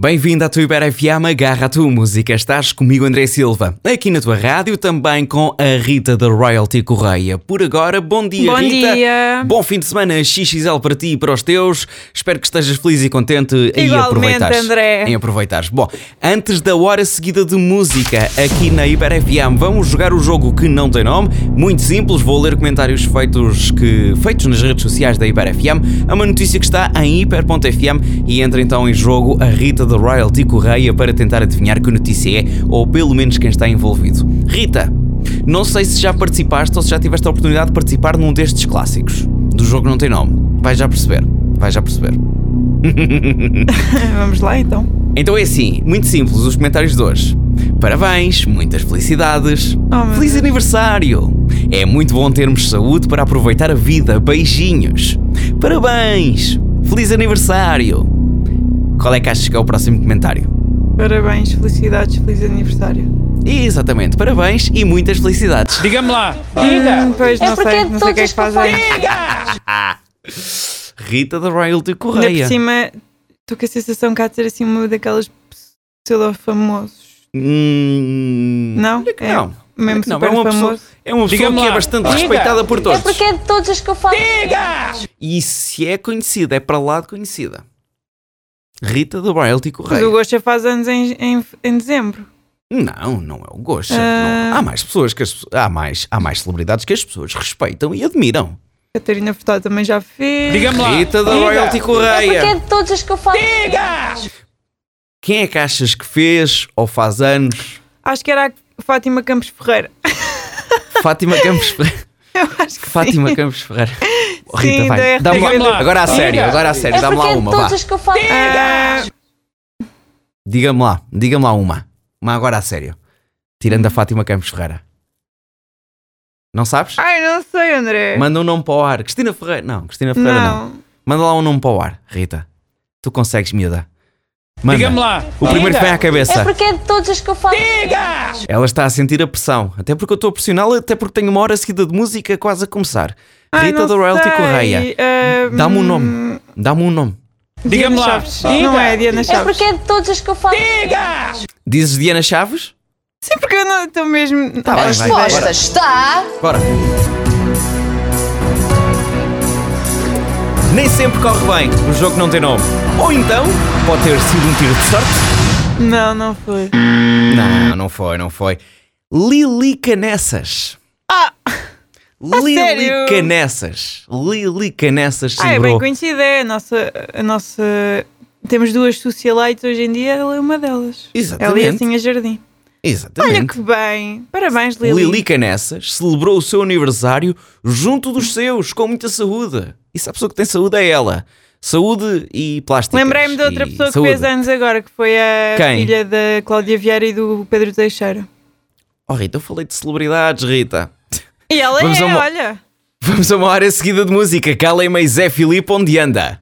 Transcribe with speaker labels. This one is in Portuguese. Speaker 1: Bem-vindo à tua Ibera FM, agarra a tua música. Estás comigo, André Silva, aqui na tua rádio, também com a Rita da Royalty Correia. Por agora, bom dia,
Speaker 2: Bom
Speaker 1: Rita.
Speaker 2: dia.
Speaker 1: Bom fim de semana XXL para ti e para os teus. Espero que estejas feliz e contente em
Speaker 2: Igualmente,
Speaker 1: aproveitares.
Speaker 2: André.
Speaker 1: Em aproveitares. Bom, antes da hora seguida de música aqui na Ibera FM, vamos jogar o jogo que não tem nome. Muito simples, vou ler comentários feitos, que, feitos nas redes sociais da Ibera FM. É uma notícia que está em hiper.fm e entra então em jogo a Rita da Royalty Correia para tentar adivinhar que notícia é, ou pelo menos quem está envolvido. Rita, não sei se já participaste ou se já tiveste a oportunidade de participar num destes clássicos. Do jogo não tem nome. Vais já perceber. Vais já perceber.
Speaker 2: Vamos lá então.
Speaker 1: Então é assim, muito simples os comentários de hoje. Parabéns, muitas felicidades.
Speaker 2: Oh, meu
Speaker 1: Feliz
Speaker 2: Deus.
Speaker 1: aniversário! É muito bom termos saúde para aproveitar a vida. Beijinhos. Parabéns! Feliz aniversário! Qual é que achas que é o próximo comentário?
Speaker 2: Parabéns, felicidades, feliz aniversário.
Speaker 1: Exatamente, parabéns e muitas felicidades.
Speaker 3: Diga-me lá.
Speaker 2: Hum, pois
Speaker 4: É
Speaker 2: não
Speaker 4: porque
Speaker 2: sei,
Speaker 4: é de
Speaker 2: não sei o
Speaker 4: todos
Speaker 2: que é que
Speaker 4: os
Speaker 2: fazem.
Speaker 1: Ah. Rita da Royalty
Speaker 2: Ainda por
Speaker 1: Correia.
Speaker 2: cima, estou com a sensação que há de ser assim uma daquelas pseudo-famosos.
Speaker 1: Hum,
Speaker 2: Não?
Speaker 1: olha que
Speaker 2: É
Speaker 1: não.
Speaker 2: Mesmo
Speaker 1: Não,
Speaker 2: super
Speaker 1: é uma pessoa,
Speaker 2: famoso.
Speaker 1: é uma pessoa
Speaker 3: Diga-me
Speaker 1: que é
Speaker 3: lá.
Speaker 1: bastante
Speaker 3: Diga.
Speaker 1: respeitada por todos.
Speaker 4: É porque é de todas que eu falo. É
Speaker 1: E se é conhecida, é para lá de conhecida. Rita do Royalty
Speaker 2: Mas o
Speaker 1: Correia.
Speaker 2: Gosha faz anos em, em, em dezembro.
Speaker 1: Não, não é o Gosha.
Speaker 2: Ah.
Speaker 1: Não. Há mais pessoas que as pe- há mais, há mais celebridades que as pessoas respeitam e admiram.
Speaker 2: Catarina Furtado também já fez.
Speaker 3: Diga-me lá.
Speaker 1: Rita da Royalty
Speaker 4: É porque é
Speaker 1: Correia.
Speaker 4: de todas as que eu falo.
Speaker 1: Quem é que achas que fez ou faz anos?
Speaker 2: Acho que era a Fátima Campos Ferreira.
Speaker 1: Fátima Campos Ferreira.
Speaker 2: Eu acho que
Speaker 1: Fátima
Speaker 2: sim.
Speaker 1: Campos Ferreira. Oh,
Speaker 2: Sim,
Speaker 1: Rita, vai.
Speaker 2: da
Speaker 1: Dá-me lá-
Speaker 3: RTP.
Speaker 1: Agora a
Speaker 3: Diga.
Speaker 1: sério, agora a sério.
Speaker 4: É
Speaker 1: Dá-me
Speaker 4: porque
Speaker 1: lá
Speaker 4: é de
Speaker 1: uma, vá.
Speaker 4: todas as que eu falo.
Speaker 2: Ah,
Speaker 1: Diga-me lá, diga-me lá uma. Uma agora a sério. Tirando a Fátima Campos Ferreira. Não sabes?
Speaker 2: ai, não sei, André.
Speaker 1: Manda um nome para o ar. Cristina Ferreira. Não, Cristina Ferreira não.
Speaker 2: É. não.
Speaker 1: Manda lá um nome para o ar, Rita. Tu consegues, miúda. Manda.
Speaker 3: Diga-me lá.
Speaker 1: O primeiro que vem à
Speaker 4: É
Speaker 1: cabeça.
Speaker 4: porque é de todas as que eu falo.
Speaker 1: Ela está a sentir a pressão. Até porque eu estou a pressioná-la, até porque tenho uma hora seguida de música quase a começar.
Speaker 2: Ai,
Speaker 1: Rita
Speaker 2: não
Speaker 1: da Royalty
Speaker 2: sei.
Speaker 1: Correia.
Speaker 2: Ah,
Speaker 1: Dá-me um
Speaker 2: hum,
Speaker 1: nome. Dá-me um nome.
Speaker 3: Diga-me
Speaker 2: Diana
Speaker 3: lá.
Speaker 2: Chaves. Não é Diana
Speaker 4: É
Speaker 2: Chaves.
Speaker 4: porque é de todas as que eu falo.
Speaker 1: Dizes Diana Chaves?
Speaker 4: é
Speaker 2: Sim, porque eu não estou mesmo.
Speaker 1: Tá bem, vai.
Speaker 5: resposta está.
Speaker 1: Bora. Nem sempre corre bem. O jogo não tem nome. Ou então, pode ter sido um tiro de sorte.
Speaker 2: Não, não foi.
Speaker 1: Não, não foi, não foi. Lili Canessas. Ah! Lili
Speaker 2: sério?
Speaker 1: Canessas. Lili Canessas
Speaker 2: Ah, é bem
Speaker 1: celebrou.
Speaker 2: conhecida. É a nossa, a nossa. Temos duas socialites hoje em dia. Ela é uma delas. Ela
Speaker 1: Exatamente.
Speaker 2: e a Sinha Jardim. Olha
Speaker 1: Exatamente.
Speaker 2: que bem. Parabéns, Lili.
Speaker 1: Lili Canessas celebrou o seu aniversário junto dos seus, com muita saúde. E se a pessoa que tem saúde é ela. Saúde e plásticas.
Speaker 2: Lembrei-me de outra
Speaker 1: e
Speaker 2: pessoa que
Speaker 1: saúde.
Speaker 2: fez anos agora, que foi a
Speaker 1: Quem?
Speaker 2: filha da Cláudia Vieira e do Pedro Teixeira.
Speaker 1: Oh, Rita, eu falei de celebridades, Rita.
Speaker 2: E ela
Speaker 1: Vamos
Speaker 2: é,
Speaker 1: a uma-
Speaker 2: olha.
Speaker 1: Vamos a uma hora seguida de música. Cala e Zé Filipe, onde anda?